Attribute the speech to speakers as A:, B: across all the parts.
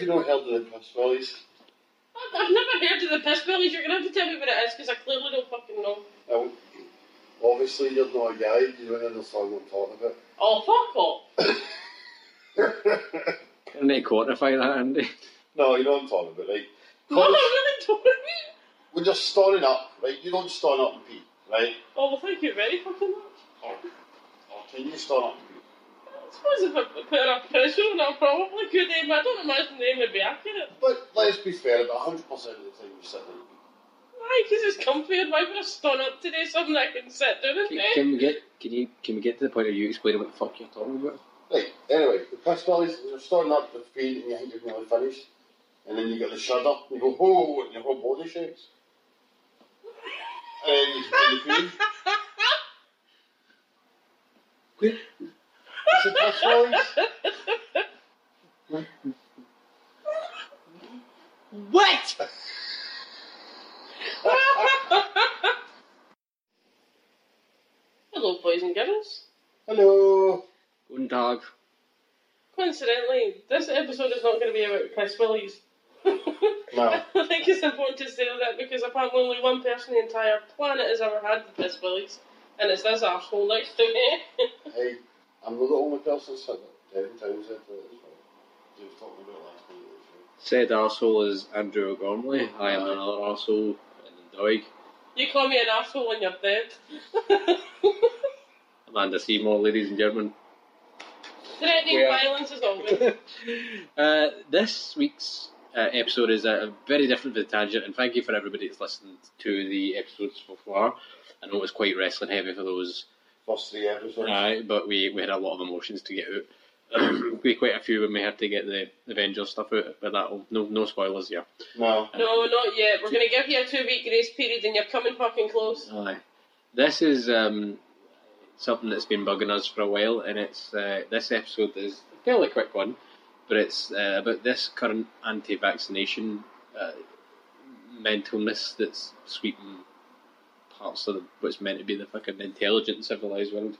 A: the possibilities?
B: I've never heard of the possibilities. You're gonna have to tell me what it is because I clearly don't fucking know.
A: Now, obviously, you're not a guy, you don't understand what I'm talking about.
B: Oh fuck off!
C: Can they quantify that, Andy?
A: no, you know what I'm talking about, right?
B: No, I
A: Because
B: really don't.
A: when you're storing up, right, you don't store up and pee, right?
B: Oh well, thank you very fucking much.
A: Can you store up and pee?
B: I suppose if I put enough pressure on it, I probably could aim. I don't imagine the aim would be accurate.
A: But let's be fair, about 100% of the time you sit there and pee.
B: Why? Because it's comfy and why would I stun up today something I can sit down and
C: Can,
B: do?
C: can we get can you can we get to the point of you explaining what the fuck you're talking about?
A: Right, anyway, the possibilities, you're starting up with feet and you think you're nearly finished, and then you get the shudder, and you go, oh, and your whole body shakes. And then you can feel the
C: Where-
A: It's a possibilities.
B: What? Hello, boys and girls.
A: Hello.
C: Guten Tag.
B: Coincidentally, this episode is not going to be about Chris Willies.
A: No.
B: I think it's important to say that because apparently only one person on the entire planet has ever had the Chris Willies, and it's this asshole next to me.
A: Hey, I'm not the only person that's said that. Devin Townsend said that as well. He was talking about it last night. at the show.
C: Said arsehole is Andrew O'Gormley. I am another arsehole in Doig.
B: you call me an asshole when you're dead.
C: Amanda Seymour, ladies and gentlemen.
B: Threatening
C: We are-
B: violence is always.
C: uh, this week's uh, episode is uh, very different for the tangent, and thank you for everybody that's listened to the episodes so far. I know it was quite wrestling heavy for those,
A: First three episodes.
C: uh, but we, we had a lot of emotions to get out. we had quite a few when we had to get the Avengers stuff out, but that'll no no spoilers here.
A: No.
B: No, not yet. We're going to give you a two week grace period and you're coming fucking close.
C: Aye. This is um, something that's been bugging us for a while, and it's uh, this episode is a fairly quick one, but it's uh, about this current anti-vaccination uh, mentalness that's sweeping parts of what's meant to be the fucking intelligent civilized world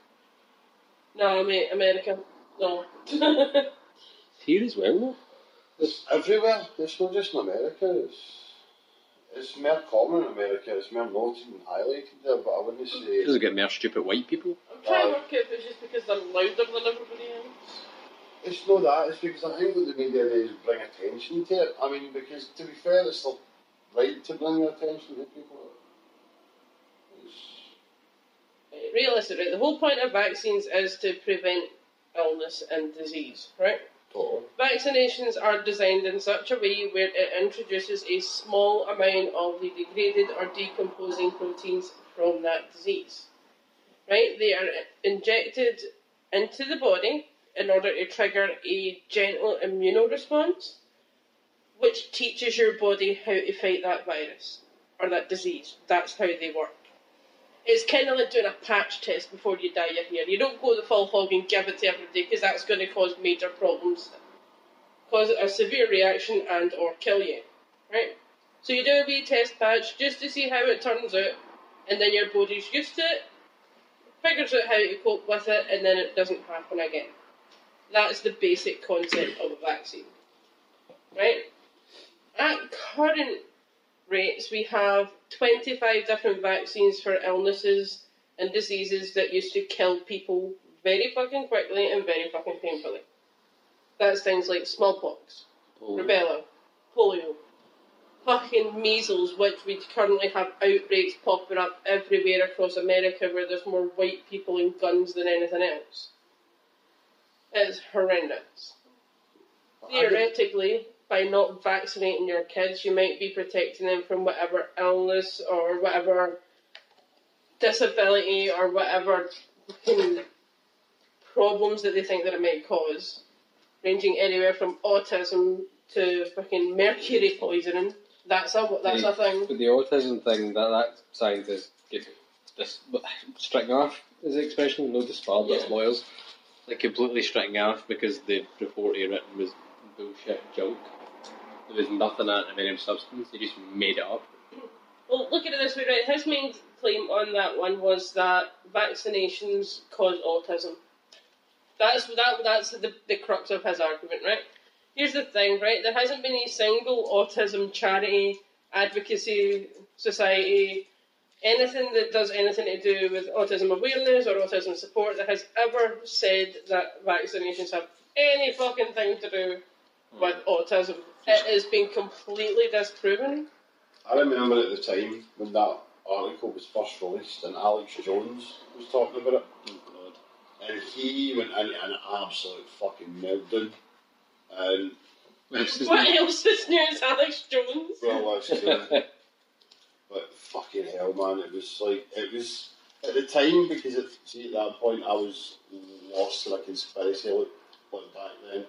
B: No, mate, America. No.
C: here as well. Though.
A: It's everywhere. It's not just in America. It's, it's more common in America. It's more noted and highlighted there, but I wouldn't say
C: It doesn't get more stupid white people.
B: I'm trying to work out if it's just because they're louder than everybody else.
A: It's not that, it's because I think what the media do is bring attention to it. I mean, because to be fair, it's their right to bring attention to people. It's,
B: Realistically, the whole point of vaccines is to prevent illness and disease, right?
A: totally.
B: Vaccinations are designed in such a way where it introduces a small amount of the degraded or decomposing proteins from that disease. Right? They are injected into the body in order to trigger a gentle immune response, which teaches your body how to fight that virus or that disease. That's how they work. It's kind of like doing a patch test before you dye your hair. You don't go the full hog and give it to everybody because that's going to cause major problems cause a severe reaction and or kill you. Right? So you do a wee test patch just to see how it turns out, and then your body's used to it, figures out how to cope with it, and then it doesn't happen again. That's the basic concept of a vaccine. Right? At current rates we have twenty five different vaccines for illnesses and diseases that used to kill people very fucking quickly and very fucking painfully. That's things like smallpox, rubella, polio, fucking measles, which we currently have outbreaks popping up everywhere across America where there's more white people and guns than anything else. It's horrendous. Theoretically, by not vaccinating your kids, you might be protecting them from whatever illness or whatever disability or whatever fucking problems that they think that it might cause ranging anywhere from autism to fucking mercury poisoning. That's a that's a thing.
C: But the autism thing that that scientist gave just stricken off is the expression, no disbarred, that's
B: Yeah.
C: lawyers. Like completely stricken off because the report he written was bullshit junk. There was nothing out of any substance, they just made it up.
B: Well, look at it this way, right? His main claim on that one was that vaccinations cause autism. That's that that's the, the crux of his argument, right? here's the thing, right? There hasn't been a single autism charity, advocacy society, anything that does anything to do with autism awareness or autism support that has ever said that vaccinations have any fucking thing to do with autism. It has been completely disproven.
A: I remember at the time when that article was first released and Alex Jones was talking about it,
C: Oh,
A: and he went into an absolute fucking meltdown. And
C: God. This is
B: What else is new is Alex Jones?
A: well, that's true. but fucking hell, man, it was like it was at the time because it, see at that point I was lost in a conspiracy look, look back then.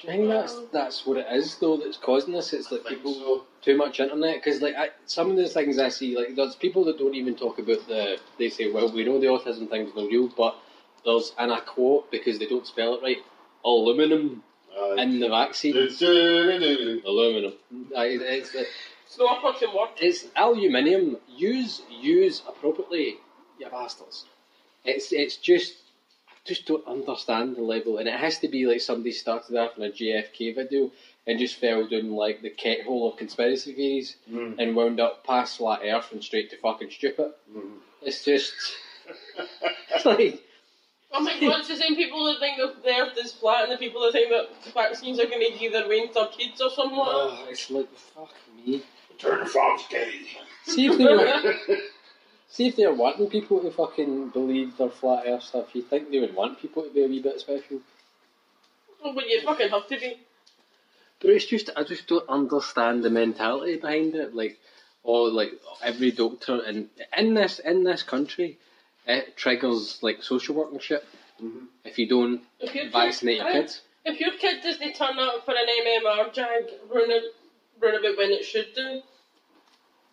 C: Do you think that's that's what it is though that's causing this? It's like
A: I think
C: people
A: so.
C: too much internet because like I, some of the things I see like there's people that don't even talk about the they say well we know the autism thing's no real but there's and I quote because they don't spell it right aluminum
A: Aye.
C: in the vaccine
A: Du-du-du-du.
C: aluminum I, it's
B: It's not a fucking word.
C: it's aluminium use use appropriately you bastards it's it's just I just don't understand the level and it has to be like somebody started off in a JFK video and just fell down like the kettle of conspiracy theories
A: Mm.
C: and wound up past flat earth and straight to fucking stupid.
A: Mm.
C: It's just it's like
B: Oh my god, it's the same people that think that the earth is flat and the people that think that vaccines are going to either rain their kids or something.
C: oh, it's like fuck me.
A: Turn the frogs gay.
C: See if they were, see if they're wanting people to fucking believe their flat earth stuff, you think they would want people to be a wee bit special.
B: Oh, but you fucking have to be.
C: But it's just I just don't understand the mentality behind it. Like, or like every doctor in in this in this country, it triggers like social work and shit.
A: Mhm.
C: If you don't
B: If your kid-
C: vaccinate your
B: Aye.
C: kids,
B: If your kid doesn't turn up for an MMR jag, run, a, run about when it should do.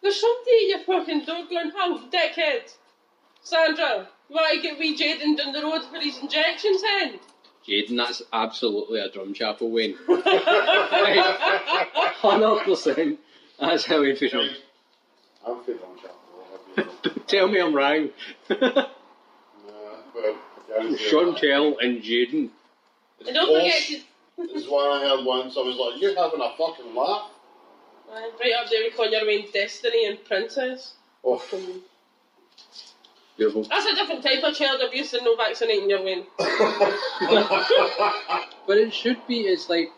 B: There's somebody at your fucking door going, oh, dickhead. Sandra, you want to get wee Jaden down the road for his injections then?
C: Jaden, that's absolutely a drum chapel, Wayne.
B: Right.
C: Hundred percent. That's how we feel.
A: Right. I'm feeling chocolate.
C: Tell me I'm wrong.
A: Nah, well, I can't say
C: Sean
A: that.
C: Tell and Jaden.
A: It's
B: and don't forget
A: false.
B: to.
A: There's one I had once. I was like, "You're having a fucking laugh."
B: Aye, Right up there with Conor Wayne Destiny and Princess.
A: Oh,
C: Beautiful.
B: That's a different type of child abuse than no vaccinating your Wayne.
A: Do
C: But it should be. It's like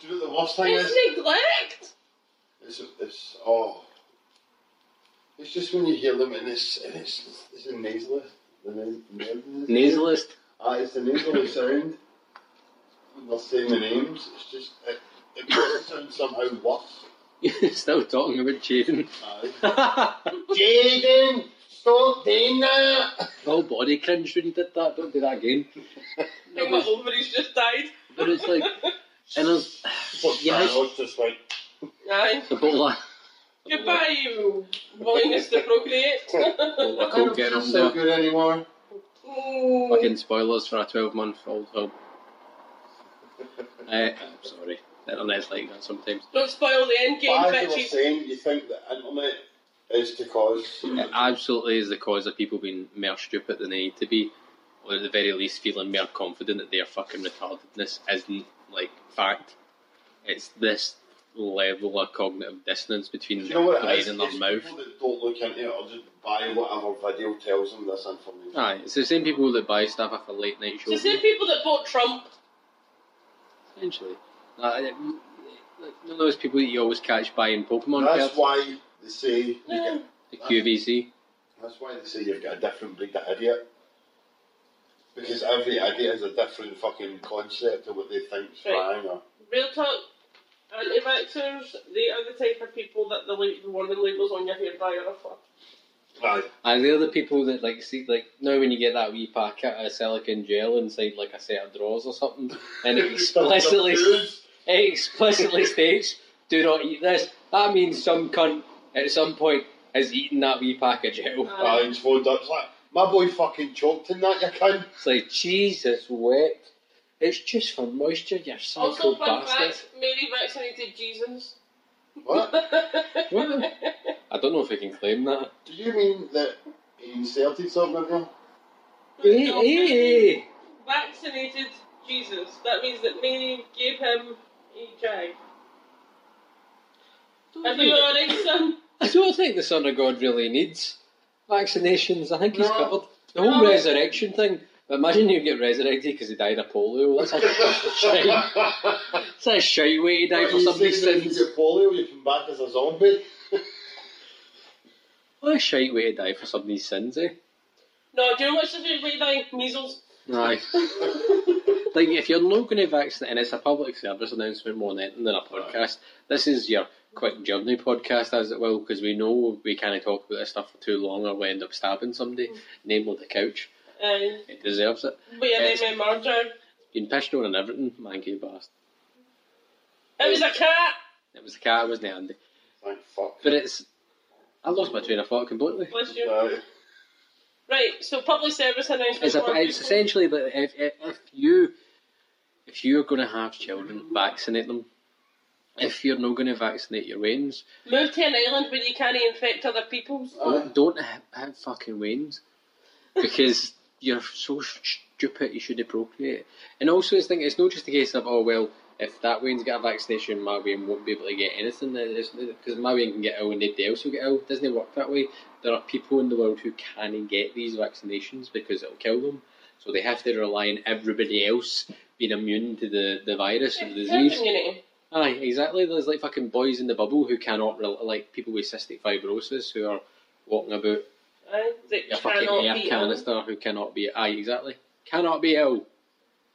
A: you know what the worst thing is?
B: It's neglect!
A: It's, it's oh, it's just when you hear them and it's and it's it's the nasally, the nas-
C: nasalist.
A: Ah, it's the nasally sound. When they're saying the names, it's just it, it makes it sound somehow worse.
C: Still talking about Jaden.
A: Aye. Jaden, stop doing that.
C: Full body cringe when you did that. Don't do that again.
B: I think my ovaries just died.
C: But it's like, and there's, Yeah.
A: I was just like,
B: Aye.
C: but like,
B: Goodbye, you willingness to procreate.
C: I
A: I
C: can't
A: don't
C: get
A: feel
C: on
A: so
C: there.
A: good anymore.
C: Fucking spoilers for a 12 month old hub. Uh, I'm sorry. Internet's like that sometimes.
B: Don't spoil the end game,
A: But as you were
B: bitches.
A: saying, you think the internet is to cause
C: It absolutely is the cause of people being more stupid than they need to be, or at the very least feeling more confident that their fucking retardedness isn't like fact. It's this level of cognitive dissonance between
A: Do you know what
C: their
A: it
C: brain
A: is?
C: and their
A: It's
C: mouth.
A: people that don't look into it or just buy whatever video tells them this information.
C: Aye, it's the same people that buy stuff off a late night
B: It's
C: show.
B: the same people that bought Trump.
C: Essentially, uh, it- like, you know those people that you always catch buying Pokemon
A: that's
C: cards,
A: why they say you
B: Yeah.
A: get,
C: the QVC.
A: that's why they say you've got a different breed of idiot. Because every idiot has a different fucking concept of what they think's
B: Right.
A: wrong or
B: Real talk, anti-vaxxers, they are the type of people that the, la- the warning labels on your hair dye are for.
A: Aye.
C: And the other people that like see like now when you get that wee packet of silicon gel inside like a set of drawers or something, and it explicitly it explicitly states do not eat this. That means some cunt at some point has eaten that wee packet of gel.
A: Aye, it's phoned up. It's like, my boy fucking choked in that, you cunt.
C: It's like Jesus wet. It's just for moisture, you psycho
B: Also, fun
C: bastard.
B: fact, Mary vaccinated Jesus.
A: What?
C: What? I don't know if I can claim that.
A: Do you mean that he inserted something in you?
C: Hey, hey, hey.
B: Vaccinated Jesus. That means that Mary gave him E You jag. Are
C: Don't
B: you
C: think-
B: alright, son?
C: I don't think the Son of God really needs vaccinations. I think he's
B: No.
C: covered. The whole
B: No.
C: resurrection thing. Imagine you get resurrected because he died of polio. That's a shite. That's a shite way to die for
A: You
C: somebody's
A: think when you
C: sins.
A: get polio, you come back as a zombie.
C: What a shite way to die for somebody's sins, eh?
B: No, do you know what's the food way dying? Measles.
C: Aye. like, if you're not going to vaccinate, and it's a public service announcement more than anything than a podcast, this is your quick journey podcast, as it will, because we know we can't talk about this stuff for too long or we end up stabbing somebody, namely the couch.
B: Uh,
C: It deserves it.
B: we had
C: Yes.
B: MMR jab.
C: You pissed on and everything, manky bastard.
B: It was a cat.
C: It was the cat, wasn't it, Andy?
A: Thank fuck.
C: But it's. I lost my train of thought completely.
B: Bless you.
A: Aye.
B: Right, so public service announcement.
C: It's, a,
B: for
C: it's
B: people.
C: essentially that if, if, if you if you're going to have children, vaccinate them. If you're not going to vaccinate your wains,
B: Move to an island where you can't infect other people.
A: Aye.
C: don't, don't ha- have fucking wains because you're so stupid. You should procreate. And also, this thing it's not just a case of oh well, if that wain's got a vaccination, my wain won't be able to get anything because my wain can get ill and nobody else will get ill. Doesn't it work that way? There are people in the world who can't get these vaccinations because it'll kill them. So they have to rely on everybody else being immune to the, the virus or the disease.
B: Community.
C: Aye, exactly. There's like fucking boys in the bubble who cannot, rel like people with cystic fibrosis who are walking about
B: Aye, that
C: a fucking
B: cannot
C: air
B: be ill.
C: canister who cannot be, aye, exactly. Cannot be ill.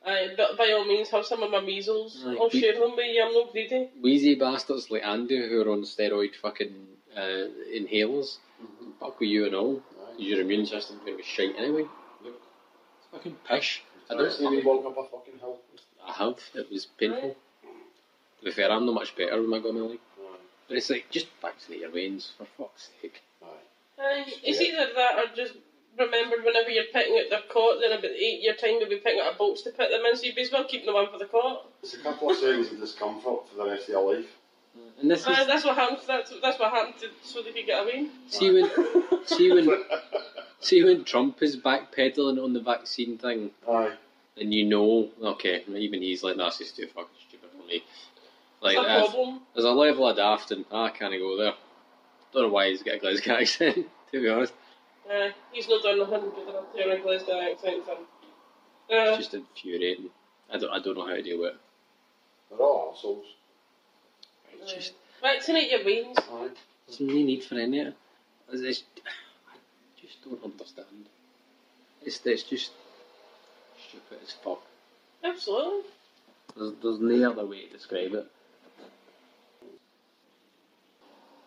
B: Aye, but by all means, have some of my measles.
C: Aye.
B: I'll share them with you. I'm not greedy.
C: Wheezy bastards like Andy who are on steroid fucking uh, inhalers. Fuck with you and all. 'cause Your immune system's going to be shite anyway.
A: Yep.
C: It's fucking pish. I
A: Aye.
C: don't
A: See me
C: fucking-
A: walk up a fucking hill.
C: I have. It was painful. To be fair, I'm not much better with my gum in my leg.
A: Aye.
C: But it's like, just vaccinate your veins, for fuck's sake.
A: Aye.
B: Aye, it's either that or just remember whenever you're picking out their cot, then about eight year time you'll be picking out a box to put them in, so you may as well keep the one for the cot.
A: It's a couple of seconds of discomfort for the rest of your life.
C: And this
B: Aye,
C: is,
B: that's what happened. That's, that's what happened to, so they could get away.
C: see when, see when See when Trump is backpedaling on the vaccine thing,
A: Aye.
C: and you know, okay, even he's like, "Nah, this is too fucking stupid for me." Like,
B: It's a
C: that's-
B: problem.
C: there's a level of daft, and I can't go there. Don't know why he's got a Glasgow accent. To be honest,
B: Aye, he's not done nothing with an Ontario Glasgow accent thing. Uh,
C: it's just infuriating. I don't, I don't know how to deal with it.
A: They're all assholes.
C: It's just
B: Vaccinate your wings.
A: Aye.
C: there's no need for any of it. It's, it's, I just don't understand. It's, it's just stupid as fuck.
B: Absolutely.
C: There's, there's no other way to describe it.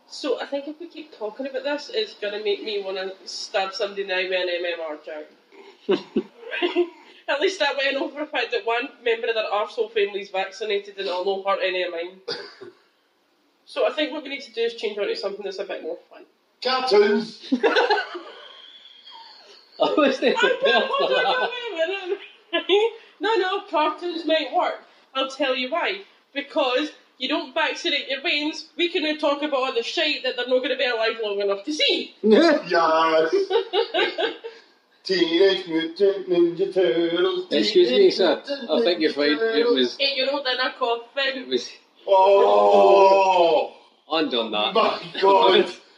B: So I think if we keep talking about this, it's going to make me want to stab somebody now with an MMR jab. At least that way I know for a fact that one member of their arsehole family is vaccinated and it'll not hurt any of mine. so I think what we need to do is change on to something that's a bit more fun.
A: Cartoons!
C: I was there
B: Hold on, hold on, wait a minute. no, no, cartoons might work. I'll tell you why. Because you don't vaccinate your veins, we can now talk about all the shite that they're not going to be alive long enough to see.
A: Yes! Teenage Mutant Ninja Turtles.
C: Excuse me,
A: Teenage
C: sir.
A: Mutant
C: I think you're
A: Ninja
C: fine. It
A: Turtles.
C: was.
B: Eight year old in a coffin.
C: It was.
A: Oh!
C: I've done that.
A: My god!